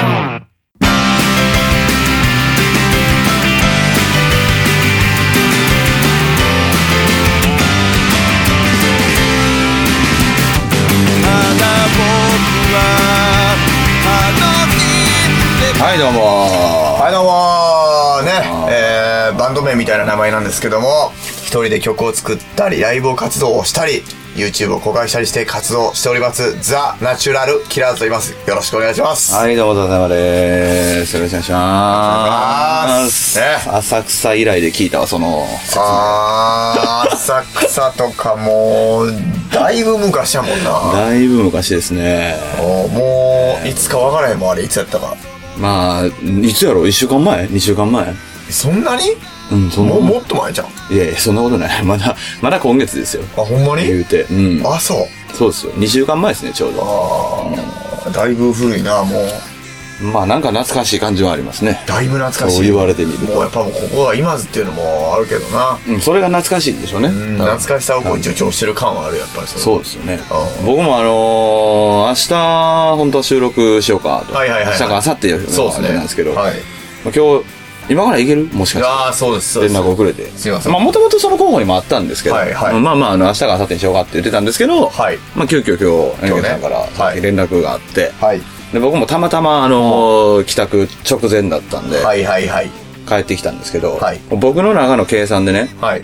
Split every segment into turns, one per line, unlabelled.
妻
はいどうも
はいどうもーねえーバンド名みたいな名前なんですけども一人で曲を作ったりライブを活動をしたり YouTube を公開したりして活動しておりますザ・ナチュラル・キラーズと言いますよろしくお願いします
はいどうもお疲れ様ですよろしくお願いします
お願いしますね
浅草以来で聞いたわその
あー浅草とかもうだいぶ昔やもんな
だいぶ昔ですね
おもういつかわからへんもんあれいつやったか
まあいつやろ1週間前2週間前
そんなに
うんそんな
もうもっと前じゃんあ
いやいやそんなことない まだまだ今月ですよ
ほんま
言
に
うてうん
あそう
そうですよ2週間前ですねちょうど
あーだいぶ古いなもう
まあなんか懐かしい感じはありますね
だいぶ懐かしい
そう言われてみる
もうやっぱもうここが今津っていうのもあるけどな
うんそれが懐かしいんでしょうね
うん
多分
懐かしさをこう助長してる感はあるやっぱり
そううですよね
う。ん
僕もあのー明日、本当は収録しようかと。
はいはいはいはい
明日か明後日やる
そうですね
あれなんですけど。
はい
まあ今日、今から行けるもしかして。
ああそうですそうで
連
す
絡遅れて。
すいません
あもともとその候補にもあったんですけど。
はいはい
まあまあ、あの、明日か明後日にしようかって言ってたんですけど。
はい
まあ、急遽今日、
今
エ
日ね
ンさんからさっ
はい
き連絡があって。
はい
で、僕もたまたま、あのー帰宅直前だったんで、
はいはいはい
帰ってきたんですけど
はい、
僕の中の計算でね、
はい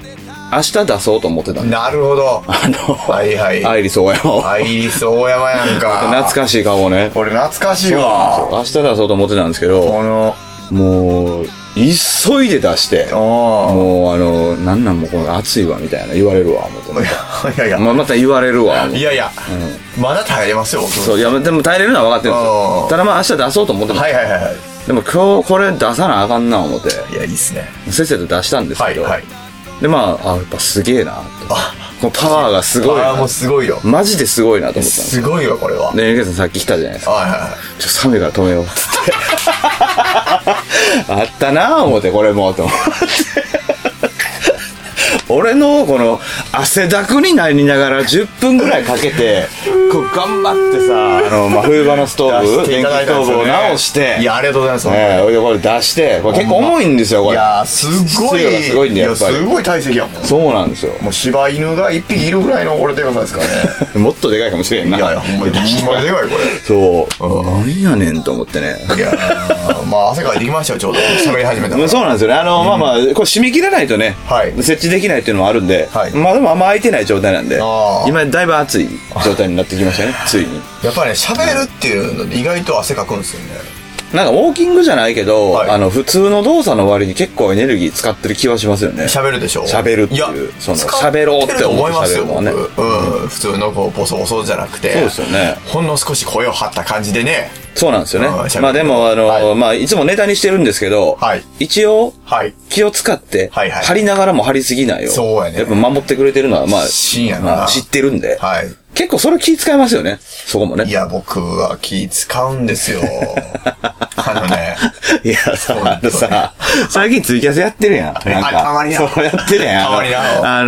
明日出そうと思ってたんで。
なるほど
あの、
はいはい
アイリス大山を。
アイリス大山やんか
懐かしい顔をね。
これ懐かしいわ
明日出そうと思ってたんですけ
こ
ど、
の
もう、急いで出して、
お
もうあの、なんなんもうこの暑いわ、みたいな言われるわ、思って
ー
ね。
いやいやいや
まあ、また言われるわ、思っ
い
て
やいやまだ耐えれますよ僕
そう、いや、でも耐えれるのは分かってるんです
う
よ。
ん
ただまあ明日出そうと思ってた。
はいはいはいは
でも今日これ出さなあかんな、思って、
いいやいいっすね
せっせと出したんです
は
け
い
ど、
はい
でまあ、あ、やっぱすげえな、と。
あ
このパワーがす
あ
ごい
ーも
な
う。すごいよ
マジですごいなと思ったんです
すごいわこれは
で、ゆうけいさんさっき来たじゃないですか。
はいはいはい
ちょっと冷めから止めようっ つってあったなぁ思ってこれもと思って俺のこの汗だくになりながら10分ぐらいかけてこう頑張ってさあの、まあ、冬場のストー
出
ブ
して
電
い
気
ただい
ス
たんです
トーブ
よ
を
ね
直して
いやありがとうございます
ねほいでこれ出してこれ結構重いんですよこ
い
れ
やーすっご
質量が
い
すごいんだよやっぱり
やすごい体積やもん
そうなんですよ
もう柴犬が一匹いるぐらいの俺でかさですからね
もっとでかいかもしれん ない
やいやほんまにほんまにでかいこ
そうなんやねんと思ってね
れいやーまあ汗かいてきましたよちょうど喋り始めたか
まあ
ら
そうなんですよね。あの、まあまあ、これ締め切らないとね、
はい
設置できないっていうのもあるんで、
はい
まあでもあんま空いてない状態なんで
あ、ー
今だいぶ暑い状態になってきま したね、ついに。
やっぱりね喋るっていうので意外と汗かくんですよね
なんかウォーキングじゃないけど、
はい
あの、普通の動作の割に結構エネルギー使ってる気はしますよね。
喋るでしょ
喋るっていう
や
その
使
喋ろうって思
思
っ
い
て
ますよ
喋るのは
僕、
ね
うん、普通のこうボソボソじゃなくて
そうですよね
ほんの少し声を張った感じでね
そうなんですよね
うん喋。る
まあでも、あの、
はい
まあいつもネタにしてるんですけど、
はい
一応、
はい
気を使って、
はいはい
張りながらも張りすぎないよ。
そうやね
やっぱ守ってくれてるのは、まあ、
真やな
まあ知ってるんで、
はい
結構それ気使いますよね。そこもね。
いや僕は気使うんです よあのね
いやさ、あのさ、最近ツイキャスやってるやん。なんか、
たまにな
そうやってるやん。
たまにな
あの、あ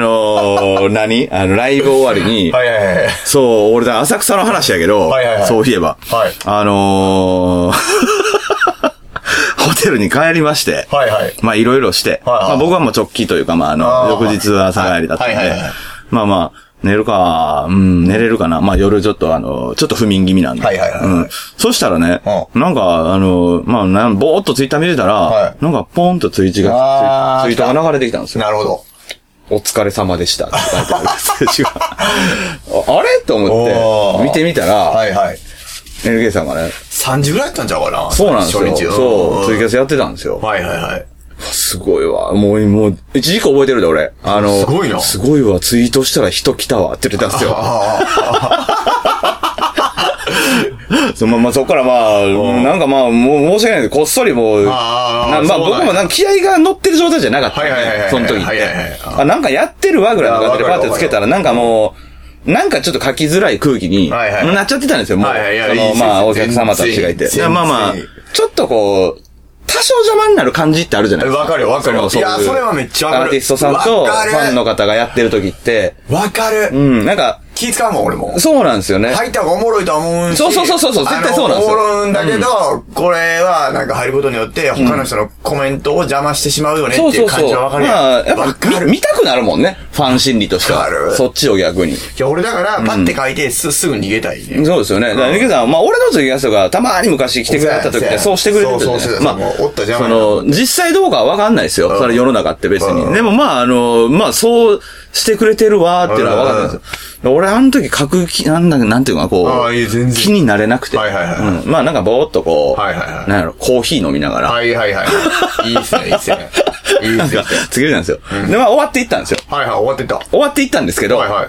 のー何 あの、ライブ終わりに、
はいはいはいはい
そう、俺だ、浅草の話やけど、
はいはいはい
そういえば、
はい
あのー ホテルに帰りまして、
はいはい
まあいろいろして、
はいはい
まあ僕はもう直帰というか、まああ
あ
の、
ー
翌日は朝帰りだったんで、
はいはいはいはい
まあまあ、寝るか、うん、寝れるかな。まあ夜ちょっとあの、ちょっと不眠気味なんで。
はいはいはいはい
うん。そしたらね、なんかあの、まあなん、ぼーっとツイッター見てたら、
はい
なんかポンとツイッチ
あ、
が
ー
ツイツイートが流れてきたんですよ。
なるほど
お疲れ様でしたって書いてあるメッセージ がああれと思っ
お
て、
ー
見てみたら、
はいはい
NK さんがね、
3時ぐらいやったんちゃうかな
そうなんですよ。
初日は
そう、ツイ
ん
キャスやってたんですよ。
はいはいはい。
すごいわ。もう、もう、一時期覚えてるで、俺。あの、
すごいな
すごいわ、ツイートしたら人来たわって言ってたんで すよ。
あ
そのまあまあ、そっからまあ、なんかまあ、もう申し訳ないけど、こっそりもう、
あー
なま
そ
あ
うなんや
僕もなんか気合が乗ってる状態じゃなかったんで。
はいはいはいはい
その時っ
はい
て
はいはい。
あ、なんかやってるわぐらいの感じで
あー
パ
わ
ッ
かる
てつけたら、なんかもう、なんかちょっと書きづらい空気に、
はいはい
なっちゃってたんですよ、もう。
はいはいいや
そ
いい
の、
です
まあ、
全
お客様たちがいて。
全
でまあまあ
全然、
ちょっとこう、多少邪魔になる感じってあるじゃないですか。
わかるよわかるよ
そうそうう
いやそれはめっちゃわかる
アーティストさんと、
わ
フ
かる
ァンの方がやってる時って、
あ。わかる。
うん、なんか、
気使うもん、俺も。
そうなんですよね。
入った方がおもろいとは思うんし。
そうそうそうそうそう絶対そうなんですよ
あのおもろいんだけど、これはなんか入ることによって、他の人のコメントを邪魔してしまうよねって
そう
い
そうう
感
そう。
じはわかるやん。
まあ、や
わ
っ
か
ぱ
る。
見、見
い
たくなるもんね。ファン心理として
わ
は
かる。
そっちを逆に。
や、俺だから、パッて書いて、す、すぐ逃げたいね。
そうですよね。だから、ゆきさんは、まあ、俺の時やつとか、たまに昔来てくれた時って、
そ
そう
や
うしてくれてる
そうそうそう
まあ
もうおった邪魔
そ
やな
の、実際どうかはわかんないですよ。それ世の中って別
う
に。
ん
でも、まあ、あの、まあ、そうしてくれてるわーっていうのはわかんないですよ。俺、あの時書く気、なんだ、なんていうかな、こ
ああいい全然
う、気になれなくて。
はいはいはい
うんまあ、なんか、ぼーっとこう、
はいはいはい
なんやろ、コーヒー飲みながら、
はいはいはい。いいっすね、いいっすね。いい
な
っ
ん
すね
か。、つけるじゃないですよ。で、まあ、終わっていったんですよ。
はいはい、終わってた。
終わっていったんですけど
は、いはい。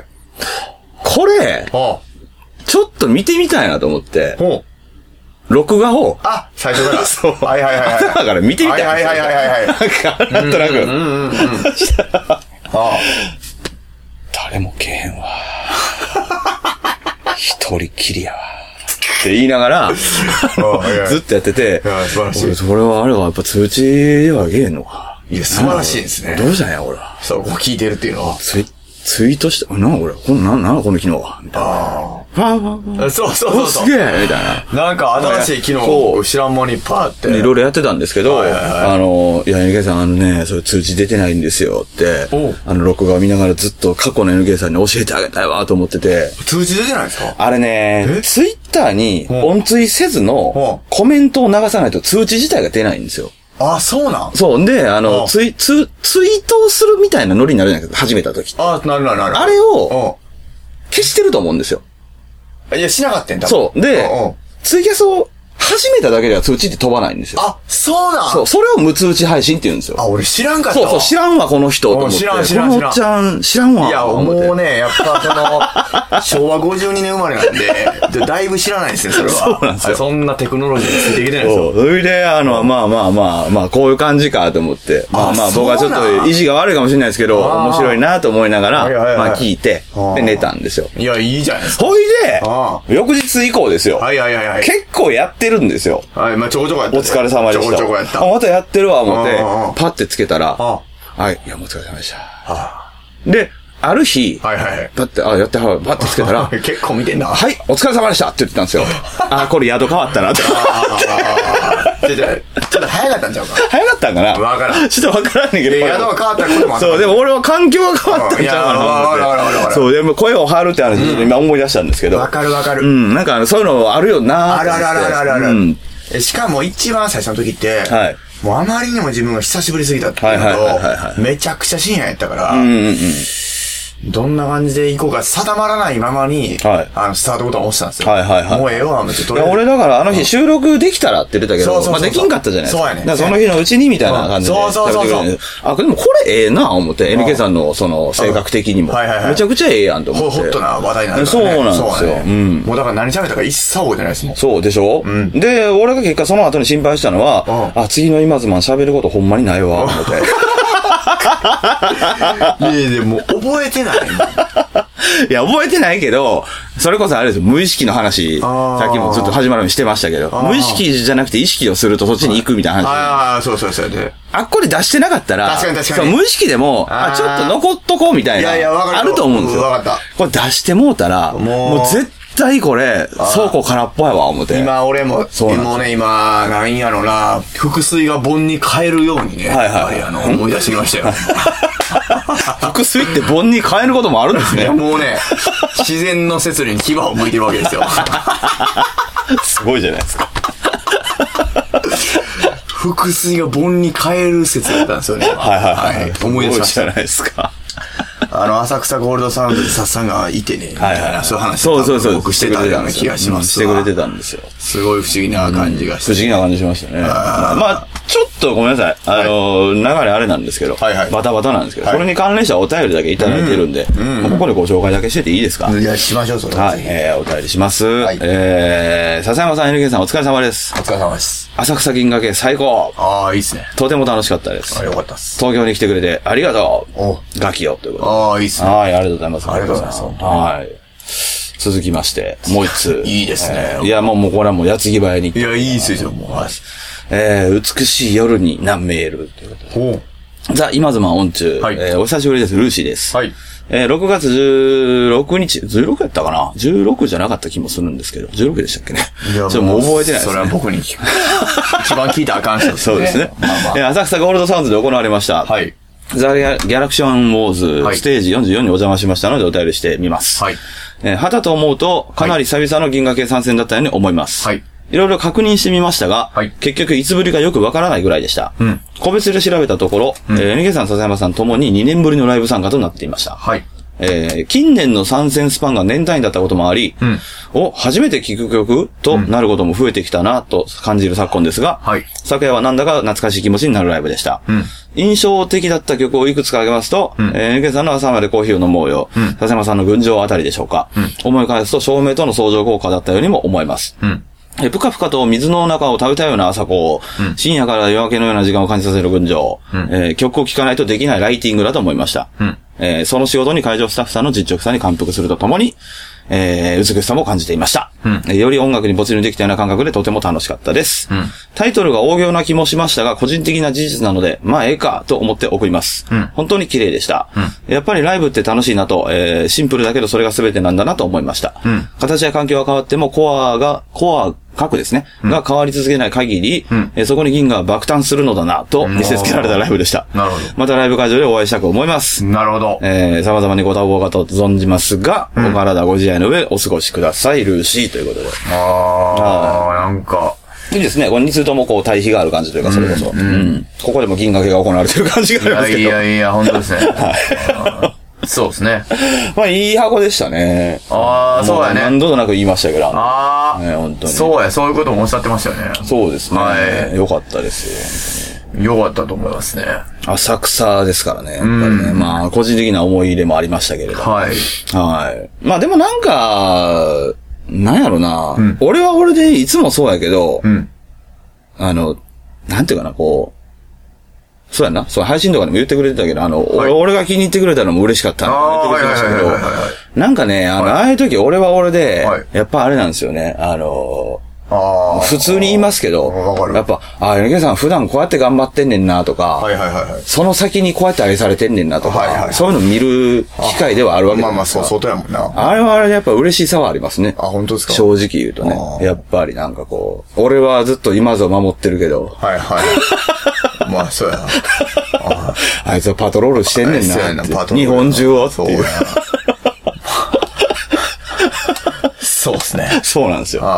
これ、
ほ
ちょっと見てみたいなと思って
う。、ほう。
録画を、
あ、最初から。
そう
はいはいはいはい。
頭から見てみたい
はいはい はいはいはい。
なんか、なんとなく、
あ
誰もけえへんわ。 一人きりやわ。って言いながら、ずっとやってて、
や素晴らしい
俺それはあれはやっぱ通知ではげえのか。
いや素晴らしいですね
どうしたんや、俺は。
そう、こう聞いてるっていうのは。
ツイツイートして、な、俺、こんな、な、この機能は。みたいな。
あ
ファンファンファン
あ。そうそう
お
そう
す
そう。
げえみたいな。
なんか新しい機能
そ
を知らんもんにパーって。
いろいろやってたんですけど、
はいはいは
あの、いや、NK さん、あのね、それ通知出てないんですよって
おう、
あの、録画を見ながらずっと過去の NK さんに教えてあげたいわと思ってて、
通知出てないですか
あれね
え、
ツイッターに
ん
音追せずの
う
コメントを流さないと通知自体が出ないんですよ。
あ、そうなん
そう。んで、あ
う
の、
ん
ツイ、ツ、ツイートをするみたいなノリになるじゃないですか、始めた時。
あ、なるなるなる。
あれを
を
消してると思うんですよ。
うん。いや、しなかったんだ。
そう。で
んうん、
ツイキャスを始めただけでは通知って飛ばないんですよ。
あ、そうなん
そう。それを無通知配信って言うんですよ。
あ、俺知らんかった
そう
わ。
そう、知らんわ、この人。と思って
うん知らん知らん知ら
こ
ん
のおっちゃん、知らんわ。
いや、も
思って
うね、やっぱその、昭和52年生まれなんで、でだいぶ知らないですね、それは。
そうなんですよ
あそんなテクノロジーについてきてないですよ。
そう。それで、あの、まあまあまあ、まあ、こういう感じかと思って。まあまあ、
そう
僕
なん
はちょっと意地が悪いかもしれないですけど、
あー
面白いなと思いながら、
はいはいはい
まあ聞いて
あ、
で、
ー
寝たんですよ。
いや、いいじゃないですか。
ほい
あ
で、翌日以降ですよ。
はいはいはいはい。
結構やってるんですよ。
はい、まあちょこちょこやった、
お疲れ様でし
ちょこ
た。
ちょこやった。
あ、またやってるわ、思っ
うん
て
うんうん、
パッてつけたら、
あ
はい、いや、もうお疲れ様でした。で、ある日、
はいはいはい。
パッて、あ、やってはる、パッてつけたら、
結構見てんな。
はい、お疲れ様でしたって言ってたん ですよ。あ、これ宿変わったなって。
あーちょちょちょっと早かったんちゃうか。
早かったんかな
わからん
ちょっとわからんねんけど。
いや宿が変わったこともあった
そう、でも俺は環境が変わったんちゃうか
いやわかるわかるわ
な
か
と思っ
る
て。そう、でも声を張るって話、今思い出したんですけど
わ。かるわか
う
る。
ん、なんかあのそういうのあるよな
あるあるあるあるあるあ
う
る
ん。
えしかも一番最初の時って
はい、
もうあまりにも自分が久しぶりすぎたっていう
はいはいはいはい
の
は
と、めちゃくちゃ深夜やったから、
うんうんうん。
どんな感じで行こうか定まらないままに、
はい
あの、スタートボタンを押したんですよ。
はいはいはい
もうええわ、もうちょっと
い
りあ
や
えず
俺だからあの日収録できたらって言ってたけ
そうそう
ど、
そう
ま
そう
あできんかったじゃないですか。
そうやねん
だからその日のうちにみたいな感じ
う
で
んそうそうそうそう
食べてくれるあ、でもこれええな思って、NK さんのその性格的にも。
うんはいはいはい
めちゃくちゃええやんと思
ほ
って。
ホットな話題になるから、ね。
そうなんですよ
そうだね
うん
もうだから何喋ったか一切覚えてないですもん。
そうでしょ
ん
で、俺が結果その後に心配したのは、
うん
あ、次の今妻喋ることほんまにないわ、思って。
いやいや、もう覚えてない。
いや、覚えてないけど、それこそあれですよ無意識の話、
あー
さっきもずっと始まるようにしてましたけど、
ー
無意識じゃなくて意識をするとそっちに行くみたいな話。
ああ、そうそうそう。で
あっこで出してなかったら、
確かに確かに
そう無意識でも、
あ
あ
ー
ちょっと残っとこうみたいな。
いやいやわかる
あると思うんですよ。
うんわかっ
これ出してもうたら、
も
も
う
う絶対これ、倉庫空っぽやわ、思って。
今俺も、
そうなんです
もうね、今、なんやろな、腹水が盆に変えるようにね、
はいはい
やっぱりあの、思い出してきました よ。
腹水って盆に変えることもあるんです
い
ね
や。もうね、自然の摂理に牙を向いてるわけ ですよ。
すごいじゃないですか。
腹水が盆に変える説だったんですよね。
はいはいはい。
思い出しまし
すご
た
いじゃ。ないですか。
あの、浅草ゴールドサウンドでさっさんがいてね、みたいな、そういう話
そうそうそう。
僕してたような気がします
して
わ
くれてたんですよ。
すごい不思議な感じがし
不
て。
思議な感じしましたね。
あー
まあ、ちょっとごめんなさい。あの、流れあれなんですけど、
はいはい
バタバタなんですけど、
はい
それに関連したお便りだけいただいてるんで、ここでご紹介だけしてていいですか
いや、しましょう、それ
はい、えー、お便りします。
い
えー、笹山さん、NK さん、お疲れ様です
お。疲れ様です。
浅草銀河系最高
ああ、いいっすね。
とても楽しかったです
あ。よかったっす。
東京に来てくれてありがと
お
うガキよ、ということで。
ああ、いいっすね。
はい、ありがとうございます。
ありがとうございます
はい。続きまして、もう一つ。
いいですね
えーいや、もう、もうこれはもう、矢継ぎ早に。
いや、いいっすよ、もう。はい
えー、美しい夜に何メールということ
ほう。
で。ザ・今妻音中。
はい
えーお久しぶりです。ルーシーです。
はい。
えー6月16日、16やったかな ?16 じゃなかった気もするんですけど、16でしたっけね。
い
ちょ
や
っともう覚えてないです
それは僕に聞 く。一番聞いたらあかん人ですね。
そうですね。
まあまあ
えー浅草ゴールドサウンズで行われました。
はい。
ザ・ギャギャラクション・ウォーズ、
はい
ステージ44にお邪魔しましたのでお便りしてみます。
はい。
えー、はたと思うと、かなり久々の銀河系参戦だったように思います。
はい。
いろいろ確認してみましたが、
はい
結局いつぶりかよくわからないぐらいでした。
うん
個別で調べたところ、えー、NK さん、笹山さんともに2年ぶりのライブ参加となっていました。
はい。
えー近年の参戦スパンが年単位だったこともあり、
ん
お、初めて聴く曲となることも増えてきたなと感じる昨今ですが、
はい
昨夜はなんだか懐かしい気持ちになるライブでした。
ん
印象的だった曲をいくつか挙げますと、えー、NK さんの朝までコーヒーを飲もうよ、笹山さんの群青あたりでしょうか、思い返すと照明との相乗効果だったようにも思います。
うん。
えーぷかぷかと水の中を食べたような朝子を、深夜から夜明けのような時間を感じさせる群青、えー曲を聴かないとできないライティングだと思いました。
ん
えーその仕事に会場スタッフさんの実直さに感服するとともに、えー美しさも感じていました、えーより音楽に没入できたような感覚でとても楽しかったです。タイトルが大行な気もしましたが、個人的な事実なので、まあええかと思って送ります。本当に綺麗でした、やっぱりライブって楽しいなと、えーシンプルだけどそれが全てなんだなと思いました。形や環境は変わってもコアが、コア、核ですね、が変わり続けない限り、えーそこに銀河は爆誕するのだなと見せつけられたライブでした。
なるほど
またライブ会場でお会いしたく思います。
なるほど。
えー、様々にご多忙かと存じますが、お体ご自愛の上お過ごしください、ルーシーということで。
あー、なんか、
いいですね。これ2通ともこう対比がある感じというか、それこそ。うん。ここでも銀河系が行われてる感じがあ
い
ります
や
けど。
いやいや、本当ですね。あーそうですね。
まあ、いい箱でしたね。
あー、そうや
も
ね
何。度となく言いましたけど。
あ
ね本当
ー、
に
そうや、そういうこともおっしゃってましたよね。
そうですね。
はい
よかったですよ。
よかったと思いますね。
浅草ですからね。やっぱりね。まあ、個人的な思い入れもありましたけれど。
はい。
はい。まあでもなんか、なんやろな、俺は俺でいつもそうやけど、
ん
あの、なんていうかな、こう、そうやな、そう、配信とかでも言ってくれてたけど、あの、
い
俺俺が気に入ってくれたのも嬉しかったな
あー
言ってくれてましたけ
はいはいはいはいはい
ど、なんかね、あの、ああいう時俺は俺で、
はい
やっぱあれなんですよね、あの、
あー。
普通に言いますけど
わか、る
やっぱ、ああ、ヨネケさん普段こうやって頑張ってんねんなとか、
はいはいはいはい。
その先にこうやって愛されてんねんなとか、
はいはいはい
そういうの見る機会ではあるわけじ
ま
ゃ
あ
ない
まあ、
です
そ
か
う、外やもんな。
あれはあれでやっぱ嬉しさはありますね。
あ、本当ですか
正直言うと
あ
ね。
ー
やっぱりなんかこう、俺はずっと今ぞ守ってるけど、
はいはい。まあ、そうやな。
あいつはパトロールしてんねん
そうや
な
な
って
パトロール
日本中をっていう。
そうですね。
そうなんですよ。は。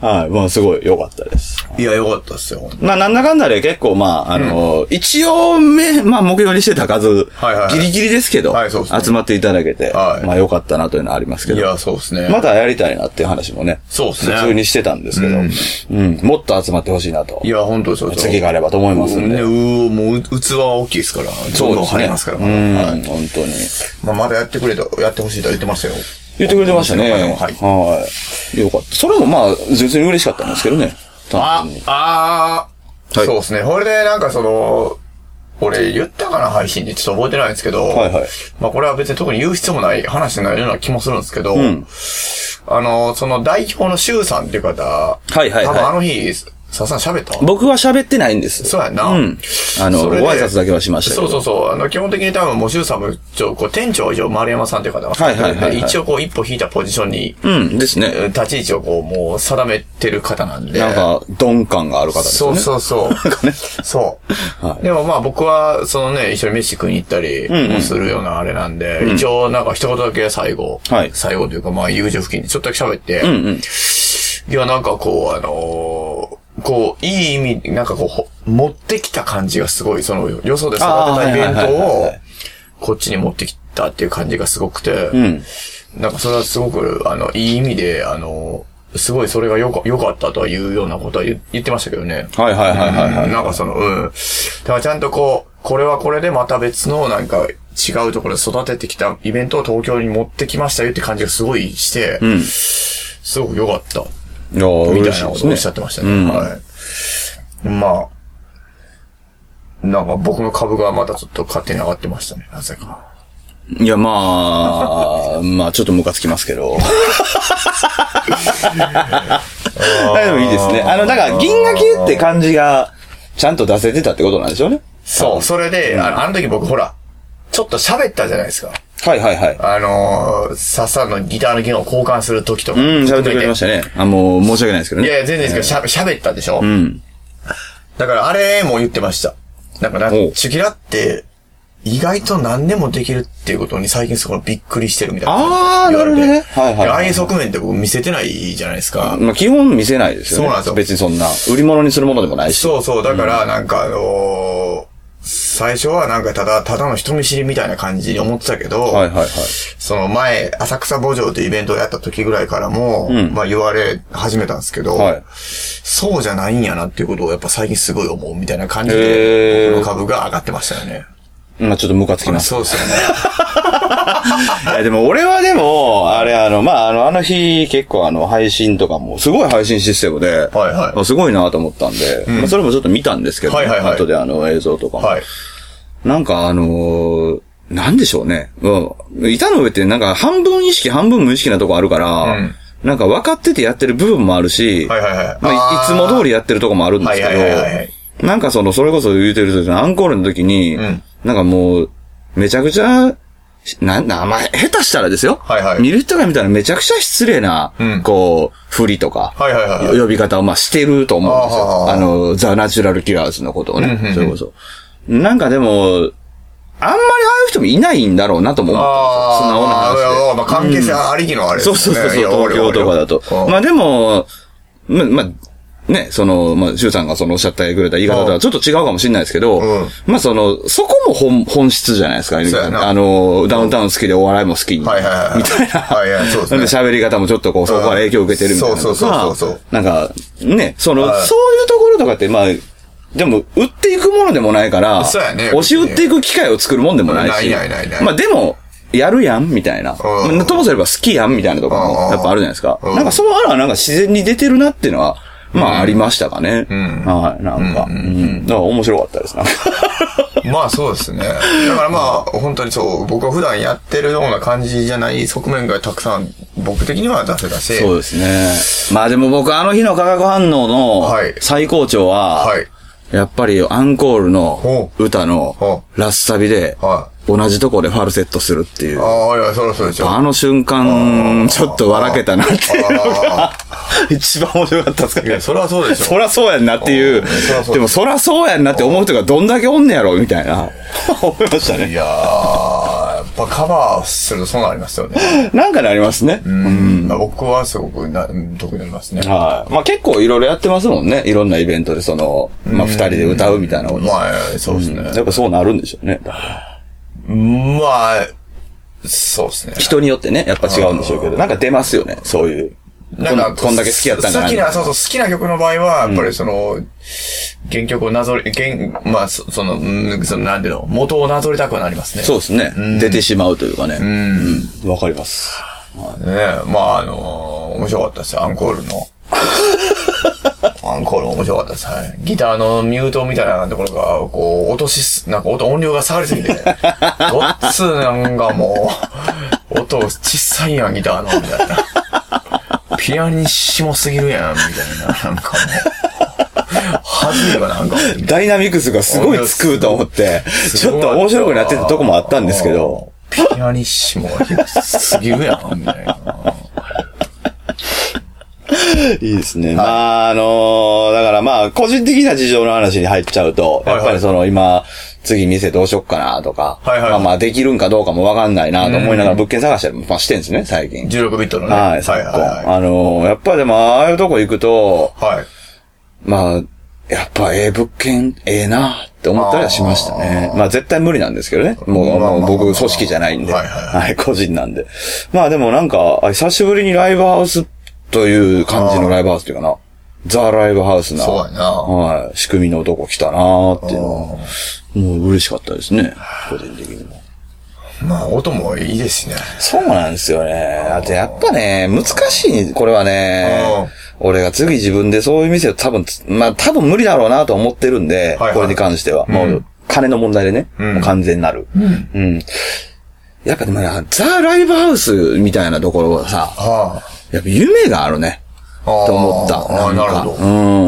はい
まあすごい良かったです。
い。いや、よかったっすよ。
まあなんだかんだで結構まあ、あの、一応め、まあ目標にしてた数
はいはいは、い
ギリギリですけど、
はいそうですね
集まっていただけて、
はい
まあ良かったなというのはありますけ
い
ど。
や、そうですね。
またやりたいなっていう話もね。
そうですね
普通にしてたんですけど。うん。もっと集まってほしいなと
い。や、本当ですよ。
次があればと思いますんで
ね、うーもう、器は大きいですから。どんどん跳ねますから。
う
ま
ん、
だはい
本当に。
まあ、まだやってくれと、やってほしいとは言ってましたよ。
言ってくれてましたね。
はい
いよかった。それもまあ、別に嬉しかったんですけどね。
あ
単純に、
あー、
はい
そうですね。これで、なんかその、俺言ったかな、配信で。ちょっと覚えてないんですけど。
はいはい
まあ、これは別に特に言う必要もない話になるような気もするんですけど。
ん
あの、その代表の周さんっていう方。はい
はいはい
多分あの日、ささん喋った
僕は喋ってないんです。
そうやな。
うん。あの、
そ
ご
れで
挨拶だけはしましたけ
そ
ど。
うそうそう。あの、基本的に多分、もう、周さんも、一応、こう、店長は一応、丸山さんという方が、
はいはいはいはい
で一応、こう、一歩引いたポジションに、
うん、ですね。
立ち位置をこう、もう、定めてる方なんで。
なんか、鈍感がある方です
そ
よ
う
ね。
そうそう。そう、でもまあ僕は、そのね、一緒に飯食いに行ったりもするようなあれなんで、一応なんか一言だけ最後、
はい
最後というかまあ入り口付近でちょっとだけ喋って、
うんうん。
いやなんかこうあのーこう、いい意味、なんかこうほ、持ってきた感じがすごい、その、よそで育てたイベン
あーはい
ト
はいはいは
を
い、
こっちに持ってきたっていう感じがすごくて、
ん
なんかそれはすごく、あの、いい意味で、あの、すごいそれがよか良かったとはいうようなことは言言ってましたけどね。
はいはいはいはいはい。
なんかその、うん。だからちゃんとこう、これはこれでまた別のなんか違うところで育ててきたイベントを東京に持ってきましたよって感じがすごいして、すごく良かった。
いやー
み
嬉
たい
しい
な
で
ことをおっし
す
ゃっ
ね。
てましたね。はい。まあ、なんか僕の株がまたちょっと勝手に上がってましたね、なぜか。
いや、まあ、 まあ、ちょっとムカつきますけ ど。はい、でもいいですね。あの、だから、銀河系って感じが、ちゃんと出せてたってことなんでしょうね。
そう、それで、あのあの時僕ほら、ちょっと喋ったじゃないですか。
はいはいはい。
あのー、さっさのギターの弦を交換する時とか。
うん、喋ってくれましたね。あ、もう、申し訳ないですけど
い
ね。
やいや、全然ですけど、しゃ、喋ったでしょ
うん。
だから、あれも言ってました。なんかな
おう、
チュキラって、意外と何でもできるっていうことに最近すごいびっくりしてるみたいな。
あーなるほど
言われ
ね
て
はいはいはい
でああいう側面って僕見せてないじゃないですか。
まあ、基本見せないですよね。
そうなんですよ
別にそんな、売り物にするものでもないし。
そうそう、だから、なんかあのー最初はなんかただ、ただの人見知りみたいな感じに思ってたけど、
はいはいはい。
その前、浅草墓場というイベントをやった時ぐらいからも、まあ言われ始めたんですけど、
はい
そうじゃないんやなっていうことをやっぱ最近すごい思うみたいな感じ
へー
で、僕の株が上がってましたよね。
まあ、ちょっとムカつ きます。
そうですよ ね。
いや、でも俺はでも、あれあの、まあ、あの、あの日結構あの、配信とかも、すごい配信システムで、
はいはい
あすごいなと思ったんで、まあ、それもちょっと見たんですけど、
はいはいはい
後であの、映像とかも。
はい。
なんかあのーなんでしょうね。うん。板の上ってなんか半分意識、半分無意識なとこあるから、
うん
なんか分かっててやってる部分もあるし、
はいはいはい。
まあ、いいつも通りやってるとこもあるんですけ
はいはいはいはい
ど、なんかその、それこそ言うてる人アンコールの時に、
ん
なんかもう、めちゃくちゃ、な、な、まあ、下手したらですよ。
はいはい
見る人が見たらめちゃくちゃ失礼な、
うん
こう、振りとか、
はいはいはいはい
呼び方をまあしてると思うんです
あはは
よ。
は
あの、ザ・ナチュラル・キラーズのことをね、
うんうんうん
それこそ。なんかでも、あんまりああいう人もいないんだろうなとも思
あ
って
あ、
素直な話で。
まあまあ関係性ありきのあれです
そ
よ
う
ね。
そうそうそう、
いや
東京とかだと。まあでも、ま、まあ、ね、その、まあ、シュウさんがそのおっしゃってくれた言い方とはちょっと違うかもしれないですけど、
うん
まあその、そこも本、本質じゃないですか、
そうやな
あの、ダウンタウン好きでお笑いも好きに。
はいはいはい。
みたいな。
はいはい、そうです
な
ね。
んで喋り方もちょっとこう、そこから影響を受けてるみたいなと
そ
か。
うそうそうそうそう
なんか、ね、その、
はい
そういうところとかって、まあ、でも、売っていくものでもないから、
そうやね
押し売っていく機会を作るもんでもないし。
ないないないない
まあでも、やるやんみたいな。
うん
まあともすれば好きやんみたいなところ
うんう
も
ん
やっぱあるじゃないですか。
うん
なんかそのあらなんか自然に出てるなっていうのは、まあありましたかね。
ん
はい、なんか。うん。だから面白かったです、な んか。
まあそうですね。だからまあ、本当にそう、僕は普段やってるような感じじゃない側面がたくさん僕的には出せたし。
そうですね。まあでも僕あの日の化学反応の
はい
最高潮は、
はい
やっぱりアンコールの歌の
ほ
ラスサビで
は、
同じとこでファルセットするっていう。
ああ、いや、そろそろでしょ。
あの瞬間、ちょっと笑けたなっていうのが、一番面白かったですか
い
ら
や、。それはそうでしょ。
そらそうやんなっていう
うんそらそう。
でもそらそうやんなって思う人がどんだけおんねやろ、みたいな。思いましたね。
いやー、やっぱカバーするとそうなりますよね。
なんかなりますね。
うん。まあ僕はすごくな、うん得になりますね。
はい。まあ結構いろいろやってますもんね。いろんなイベントでその、まあ二人で歌うみたいなこと。
まあ、そうですね。
やっぱそうなるんでしょうね。
まあ、そうですね。
人によってね、やっぱ違うんでしょうけど、なんか出ますよね、そういう。こんなこんだけ好きやったんか
好
な
き
みた
な、
いな。
そうそう、好きな曲の場合は、やっぱりその、原曲をなぞり、原、まあ、そその、うんその、なんていうの、元をなぞりたくはなりますね。
そうですね。出てしまうというかね。うん。わかります。
う。ねまあ、あのー面白かったですよ、アンコールの。アンコール面白かったです。はい。ギターのミュートみたいなところが、こう、落としす、なんか音、音量が下がりすぎて、どっつーなんかもう、音小さいやん、ギターの、みたいな。ピアニッシモすぎるやん、みたいな。なんかもう、はずいわ、なんか。
ダイナミクスがすごいつくと思って、ちょっと面白くなってたとこもあったんですけど、
ピアニッシモすぎるやん、みたいな。
いいですね。まあ、あのーだからまあ、個人的な事情の話に入っちゃうと、
はい
やっぱりその今、次店どうしよっかなとか、
はいはい
まあまあ、できるんかどうかもわかんないなと思いながら物件探したりも、まあ、してんですね、最近。
16ビットのね。
はい、昨
はい、
今。
は
あのーやっぱでも、ああいうとこ行くと、
い。はい。
まあ、やっぱええ物件、ええなって思ったりはしましたね。まあ絶対無理なんですけどね。もう、
まあまあまあ
もう僕組織じゃないんで。
はいはいは
個人なんで。まあでもなんか、あ久しぶりにライブハウスという感じのライブハウスというかな。ザ・ライブハウスな。
そうやな
はい。仕組みの男来たなっていうのは、もう嬉しかったですね。個人的にも。
まあ、音もいいですしね。
そうなんですよね。あとやっぱね、難しい、これはね
あ。
俺が次自分でそういう店を多分つ、まあ多分無理だろうなと思ってるんで、
はいはい
これに関しては。もう、金の問題でね、もう完全なる。うん。やっぱでもな、ザ・ライブハウスみたいなところはさ、
は
やっぱ夢があるね。
あ。と
と思った。
ああ、
ん
な
か
るほど。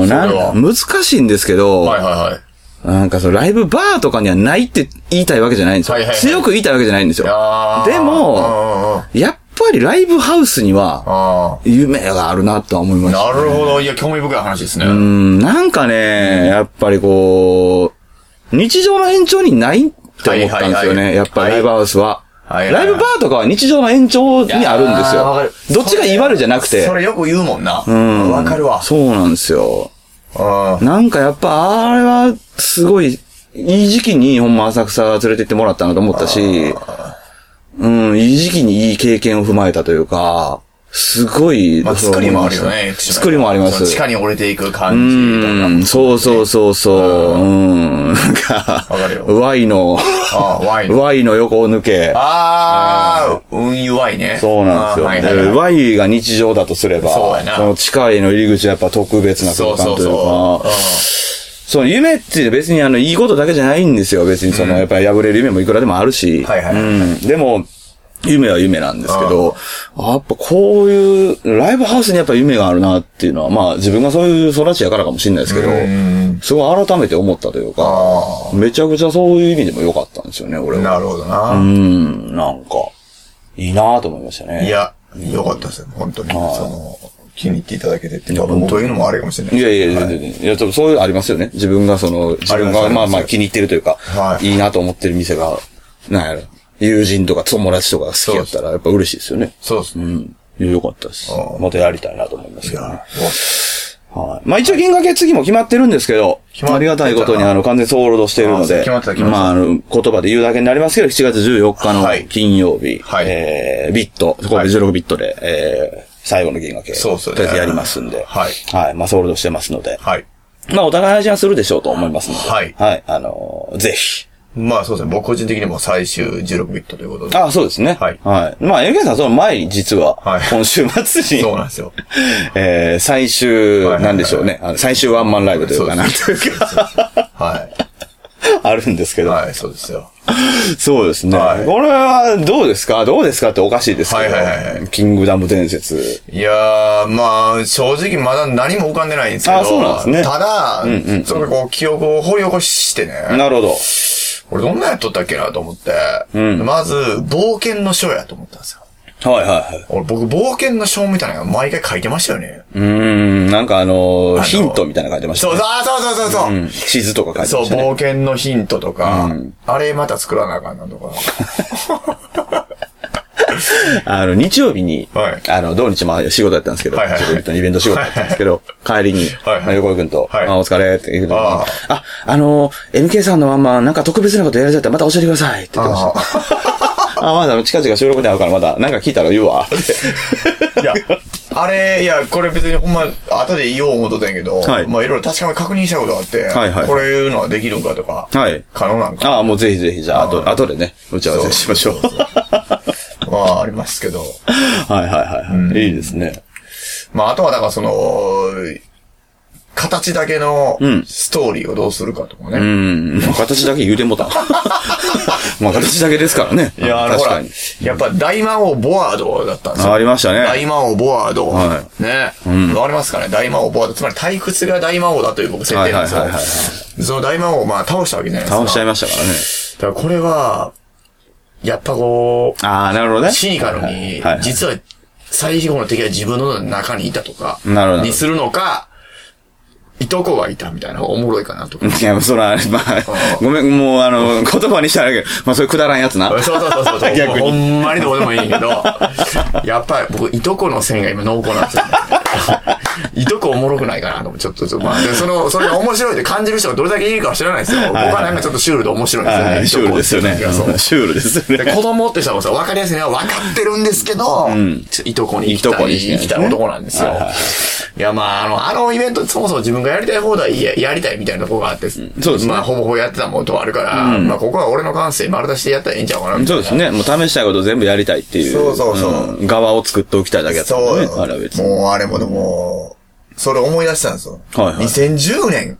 うん、
それ
なん
は
難しいんですけど、
はいはいはい。
なんかそのライブバーとかにはないって言いたいわけじゃないんですよ。
はいはいはい
強く言いたいわけじゃないんですよ。
あー
で
うんうんうん
も、やっぱりライブハウスには、
あ
夢があるなとは思いま
あ。
した。
なるほど。いや、興味深い話ですね。
うん、なんかね、やっぱりこう、日常の延長にないって思ったんですよ
はいはいはい
ね。やっぱライブハウスは。
はいはいは
ラ
い
イブバーとかは日常の延長にあるんです
いやーわか
よ
る。
どっちが威張るじゃなくて
そ。れよく言うもんな。う
うん
わかるわ。
そうなんですよ。
うん。
なんかやっぱ、あれは、すごい、いい時期に、ほんま浅草連れてってもらったなと思ったし、うん、いい時期にいい経験を踏まえたというか、すごい、
まあ、
そう
作
思
り
い
もあ
ま
る
し
よ
た
ね。
作りもありま
その
す
地。下に折れていく感
う
じとか。
ん、そうそうそうそう、うん、なんか、
わかるよ
Y の、
ああ、ワイン。
Y の横を抜け、
ああ、運輸ワインね。
そうなん
ああは
で
い
す
はい
よ。
は
で
い
Y が日常だとすれば、
そうやな
の地下への入り口はやっぱ特別な
そ
空
うそ
間
う
という
そ
か
う、
そう、夢って別にあの、いいことだけじゃないんですよ。別にその、やっぱり破れる夢もいくらでもあるし。
はいはいはい
うん。でも、夢は夢なんですけど、やっぱこういう、ライブハウスにやっぱ夢があるなっていうのは、まあ自分がそういう育ちやからかもしれないですけど、すごい改めて思ったというか、
あ
めちゃくちゃそういう意味でも良かったんですよね、俺
あ、
は。
なるほどな。
うん、なんか、いいなと思いましたね。
いや、良かったですよ、本当に。その、気に入っていただけてっていうか、僕いうのもあれかもしれない
い
です
や
け
いやいや、い、や、ちょっとそういうのありますよね。自分がその、自分
あ
が
ります
まあま
あ
あ
ります
気に入ってるというか、
はい
いなと思ってる店が、なんやろ、友人とか友達とかが好きやったら、やっぱ嬉しいですよね。
そうですね。
うん。よかったです
あ。
またやりたいなと思いますけど
い
ね。
やお
はい。まあ一応銀河系次も決まってるんですけど
決、まってた
ありがたいことにあの完全ソールドしているの
あ
で、
決まってた決まってた
まああの言葉で言うだけになりますけど、7月14日
はい
の金曜日、
はい
えー、ビット、神戸16ビットで、えー、最後の銀河系、
そうそう
とりあえずやりますんで、
はい
はい。まあソールドしてますので、
はい。
まあ、お互い配信はするでしょうと思いますので。
はい
はい。あのーぜひ。
まあそうですね、僕個人的にも最終16ビットということで。
あそうですね。
はい
はい。まあ、エゲさん、その前に実は
はい、
今週末に、
そうなんですよ。
えー、最終、
はい
なんでしょうね。あの最終ワンマンライブというか、なんて
そうですは
あるんですけ
い。
ど。
はい、そうですよ。
そうですね。
はい
これは、どうですかどうですかっておかしいですけど。
はいはいはいは
キングダム伝説。
いやー、まあ、正直まだ何も浮かんでないんですけど。
あそうなんですね
ただ、そのこう、記憶を掘り起こしてね。
なるほど。
俺どんなやっとったっけなと思って。まず、冒険の書やと思ったんですよ。
はいはいはい。
俺、僕、冒険の書みたいなのが毎回書いてましたよね。
うーん、なんかあのーヒントみたいなの書いてました
そう、
ね。
あーそうそうそうそう。
うん。地図とか書いて
そう、
ましたね。
冒険のヒントとか、あれまた作らなあかんなとか。
あの、日曜日に、
はい
あの、土日も仕事だったんですけど、
はいはいはい
ちょっとイベントイベント仕事だったんですけど、帰りに、
はいはい
まあ横井くんと、
はい
あお疲れって言うと、
あ
ああ、のー、MK さんのまんま、なんか特別なことやりちゃったらまた教えてくださいって言ってま した。あまだ近々収録で会うからまだ、なんか聞いたら言うわ。って
いや、あれ、いや、これ別にほんま、後で言おう思うとったんやけど、
はい
まあいろいろ確かに確認したことがあって、
はいはい
これいうのはできるんかとか、
はい
可能なんか、
ああ、もうぜひぜひ、じゃあ、あと、後でね、打ち合わせしましょう。
まあありますけど、
はいはいはいはい。いいですね。
まああとはだからその、形だけのストーリーをどうするかとかね。
うん。まあ形だけ言う てもうた。まあ、形だけですからね。
いや、あの
確
ほ
からに。、
やっぱ大魔王ボワードだったんですよ。
あありましたね。
大魔王ボワード。
は
ね。わかりますかね大魔王ボワード。つまり退屈が大魔王だという僕設定なんです
はいはいはいは
よ。その大魔王をまあ倒したわけじゃないですか。
倒しちゃいましたからね。
だからこれは、やっぱこ
ああ、なるほどね。
う、シニカル
はい
に
はい、
実は最後の敵は自分の中にいたとか、
なるほど
にするのか、いとこがいたみたいなのがおもろいかなとか。
いや、そら、まあ、ごめん、もう、あの、言葉にしたらあれだけど、まあ、そういうくだらんやつな。
そうそうそうそう。
逆に
ほんまにどうでもいいんやけど、 やっぱり僕、いとこの線が今濃厚なんで すよ、ね。いとこおもろくないかなと思って、ちょっと、ちょっとまあ、でその、それが面白いって感じる人がどれだけいるかは知らないですよ。僕はなんかちょっとシュールで面白いんですよ
は
ね。
い、シュールですよね。
いやそう
シュールですよ
で
ね。
子供って人はさ、分かりやすいのは分かってるんですけど、ちょいとこに行きたい
いとこに行きたい
行きたい男なんですよ。いや、まあ、あの、あのイベント、そもそも自分がやりたい放題ややりたいみたいなとこがあって、そう
ですね
まあ、ほぼほぼやってたもんとはあるから、まあ、ここは俺の感性丸出しでやったらいいんちゃうかなみたい
そう
な
ですね。もう試したいこと全部やりたいっていう。
そうそうそう
うん側を作っておきたいだけだったもんね。あれは別に。
もうあれもでも、それ思い出したんですよ。
はいはい
2010年、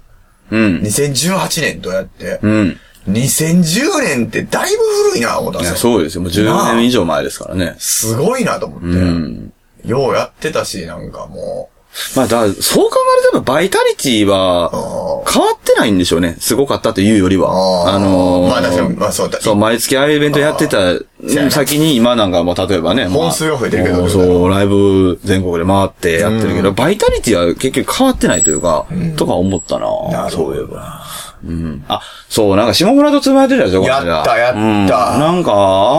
うん。
2018年とやって、
うん。
2010年ってだいぶ古いな、思ったん
い
です
や
よ。
そうですよ。もう10年以上前ですからね。
すごいなと思って。
うん。
ようやってたし、なんかも
まあ、だ、そう考えるとやっぱバイタリティは
う、、
考変わってないんでしょうね。すごかったというよりは。
あー
あのー
まあ確かにまあそうだ
そう、毎月ああいうイベントやってた
そうやな
先に今なんかもう例えばね。まあ
本数が増えてるけど
もうそう、ライブ全国で回ってやってるけど、バイタリティは結局変わってないというか、とか思った
な
な。
るほ
そ
ど
ういえば。うん。あ、そう、なんか下村とつまいでたでしょ、
や
この間
ったやった
うんなんか、あ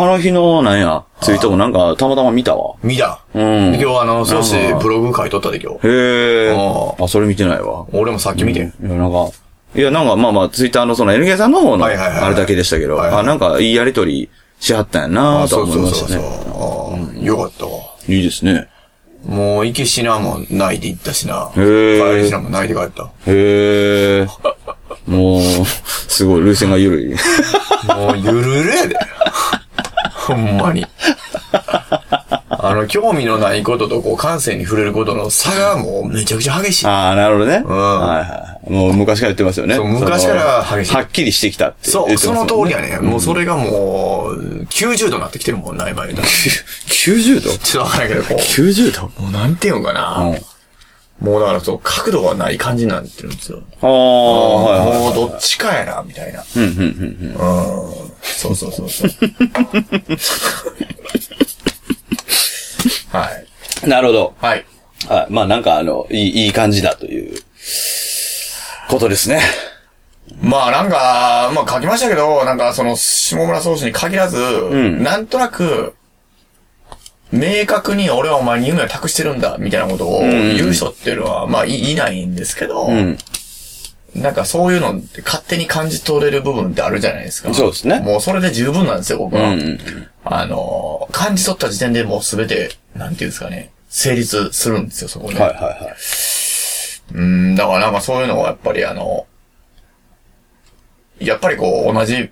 の日の、なんや、ツイートもなんか、たまたま見たわ。
見た。
ん
で今日あの、少しブログ書いとったで今日。
へえ。
あ
あ、それ見てないわ。
俺もさっき見て。
いや、なんか、いや、なんか、まあまあ、ツイッターのその NK さんの方の、
はいはいはい
あれだけでしたけど、
はいはい
あ、なんか、いいやりとりしはったんやなとは思いました
そ
ね。
うあー。よかったわ。
いいですね。
もう、行きしなもないで行ったしな。
ー
帰りしなもないで帰った。
へえ。もう、すごい、涙腺が緩い。
もう、ゆるゆるやで。ほんまに。あの、興味のないことと、こう、感性に触れることの差がもう、めちゃくちゃ激しい。
ああ、なるほどね。はいはい。もう、昔から言ってますよね。
そう昔から
その
激しい
はっきりしてきたって言っ
そ
て
う、
ます
そ
もん
の
ね。
通りやね。もう、それがもう、90度になってきてるもんな、今言うたら
90度
ちょっとわからんないけど、こ
?90 度
う、もう、なんていうのかな。
うん
もう、だから、そう、角度がない感じになってるんですよ。
ああ、はいはい。
もう、どっちかやな、みたいな。うん、うん、うん。そうそうそう そう。はい。
なるほど。
はい。
はい。まあなんかあの、いい、いい感じだという、ことですね。
まあなんか、まあ書きましたけど、なんかその下村総司に限らず、なんとなく、明確に俺はお前に夢を託してるんだ、みたいなことを言う人っていうのは、まあいいないんですけど、
ん
なんかそういうのって勝手に感じ取れる部分ってあるじゃないですか。
そうですね
もうそれで十分なんですよ、僕は。
うんうん
あの、感じ取った時点でもう全て、なんていうんですかね、成立するんですよ、そこで。
はいはいはい。
うん、だからなんかそういうのはやっぱりあの、やっぱりこう同じ、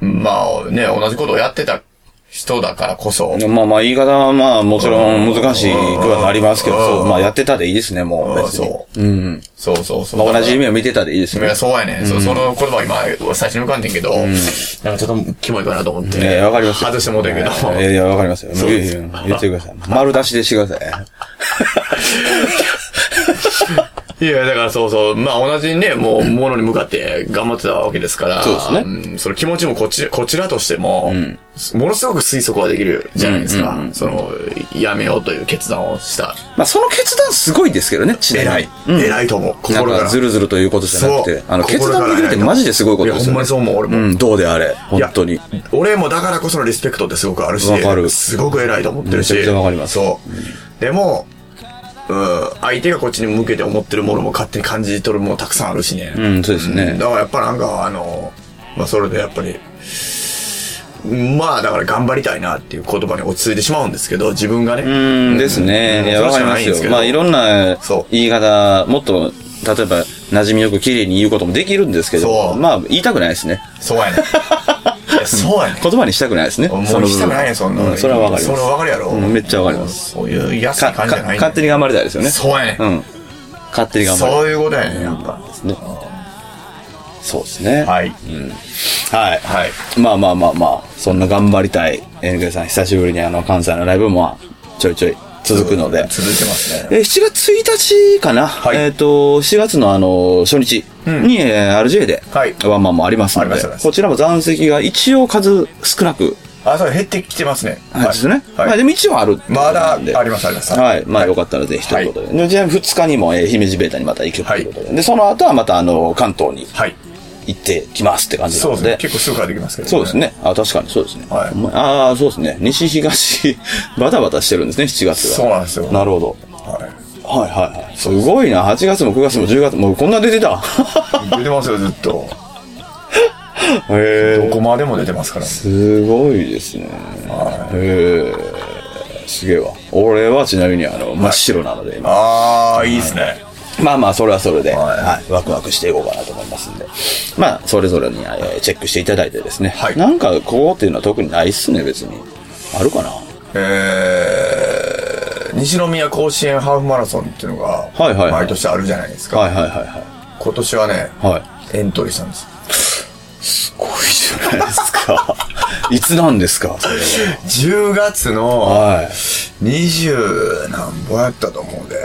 まあね、同じことをやってた人だからこそ、
まあまあ言い方はまあもちろん難しくはありますけど、そう、まあやってたでいいですね、もう別に。。
そう
ん。
そうそうそう。
まあ同じ夢を見てたでいいです
いや、
ね。
そうやね。そうその言葉今、最初に浮かんでんけど、なんかちょっとキモいかなと思って。
ええ、わかりますよ。
外してもうてんけど。
いやいや、わかりますよ。もういやいや言ってください。丸出しでしてください。
いや、だからそうそう。まあ同じね、もう、ものに向かって頑張ってたわけですから。
そうですね
んその気持ちもこち、こちらとしても、ものすごく推測はできるじゃないですか。その、やめようという決断をした。
まあその決断すごいですけどね、ちなみに
偉い。。偉いと思う。
なん
心か。
からずるずるということじゃなくて
そう、
あの、決断できるってマジですごいことです
いや、ほん
よ
ま
ね
に。そう思う、俺も。
うん、どうであれ。本当に。
俺もだからこそのリスペクトってすごくあるし、
わかる
すごく偉いと思ってるし。
めちゃくちゃわかります
そう。でも、うん、相手がこっちに向けて思ってるものも勝手に感じ取るものたくさんあるしね。
うん、そうですね。
だからやっぱなんかあの、まあそれでやっぱり、まあだから頑張りたいなっていう言葉に落ち着いてしまうんですけど、自分がね。
うんですね。
うん
いや、わかり
そ
ま
れしかないんです
す
け
よ。
ど
まあ、いろんな
そう
言い方、もっと、例えば、馴染みよく綺麗に言うこともできるんですけ
そ
ど、
う
まあ、言いたくないですね。
そうやね。いや、そうやね。
言葉にしたくないですね。
もう
その部分
したくないね、そんな
う
の。
んそれはわかり
そ
ま
れ
す。
はわかるやろ。
うんめっちゃわかります。
そういう安い
か、
感
か
じじゃないね
勝手に頑張りたいですよね。
そうやね。
うん。勝手に頑張る。
そういうことやね、やっぱ。
そうですね。
はい。
はい。
はい。
まあまあまあまあ、そんな頑張りたい。えぐさん、久しぶりにあの、関西のライブも、ちょいちょい続くので。
続いてますね。
えー7月1日かな、
い
えっ、と、7月のあの、初日に、えー RJ で、
はい
ワンマンもあります
あり
の
ま
で、
すあります
こちらも残席が一応数少なく、
あ、そう、減ってきてますね。
はい、ですね。
はい
まあでも一応あるってこと
まだ
な
あ
んで
ります、あります。
はい。まあ、よかったらぜひということで。でちなみに2日にも、えー姫路ベータにまた行くということで。で、その後はまた、あの、関東に
はい。
行ってきますって感じな
そう
の
ですね
で。。
結構すぐからできますけど
そうです。ね。あ、確かにそうですね。
はい
お前ああ、そうですね。西東、 バタバタしてるんですね、7月が。
そうなんですよ
なるほど。
はい。
はいはいはい。すごいな。8月も9月も10月も、もうこんな出てた。
出てますよ、ずっと。
へ
どこまでも出てますから。
すごいですね。へえ。すげえわ。俺はちなみにあの、真っ白なので、今。
ああ、いいですね。
まあまあ、それはそれで、
はい
はい、ワクワクしていこうかなと思いますんで。まあ、それぞれに、えーチェックしていただいてですね。
はい
なんか、ここっていうのは特にないっすね、別に。あるかな
えー、西宮甲子園ハーフマラソンっていうのが、
はいはい
毎年あるじゃないですか。
はいはいはいは
今年はね、
い。はい。
エントリーしたんです。
すごいじゃないですか。 い つなんですか、それ
10月
は。
の
はい。
20何本やったと思うんで、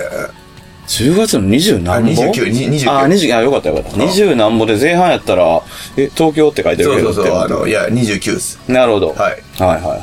10月の20何本
あ29に29
あ、20、あ、よかったよかった。20何本で前半やったら、え、東京って書いてる
そう
け
そ
ど
うそう、あの、いや、29です。
なるほど。
は
はい
い
はいはいは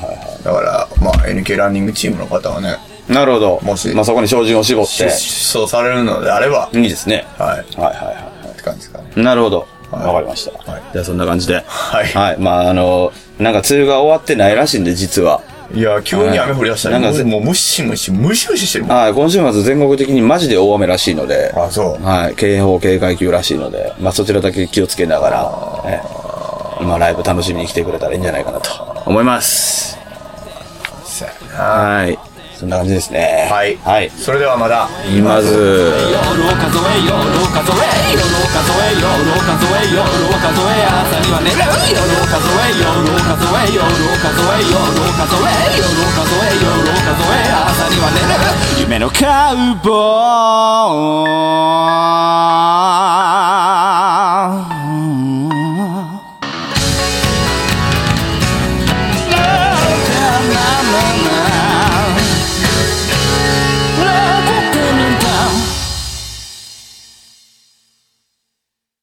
だから、まあ、NK ランニングチームの方はね、
い。なるほど。
もし
まあ、そこに精進を絞っ
出
て。
走されるのであれば、
いいですね。
はい。
はいはいは
って感じですかね。
い。なるほど。わ、
はい
かりました。
はい
じゃあそんな感じで。
はい
はい。まああの、なんか梅雨が終わってないらしいんで、実は。
いや、急に雨降り出したね。
なんか
もうもうムシムシ、ムシムシしてるもん。
はい、今週末全国的にマジで大雨らしいので。
あ、そう。
はい、警報警戒級らしいので、まあそちらだけ気をつけながら、ね、今ライブ楽しみに来てくれたらいいんじゃないかなと思います。
そうやな
はい。そんな感じですね。
はい。
はい。
それではまだ。
ま
夜を
ず、
数え夜を数え夜を数え夜を数え夜を数え朝には寝る夜を数え夜を数え夜を数え夜を数え夜を数え夜を数え朝には寝る夢のカウボーイ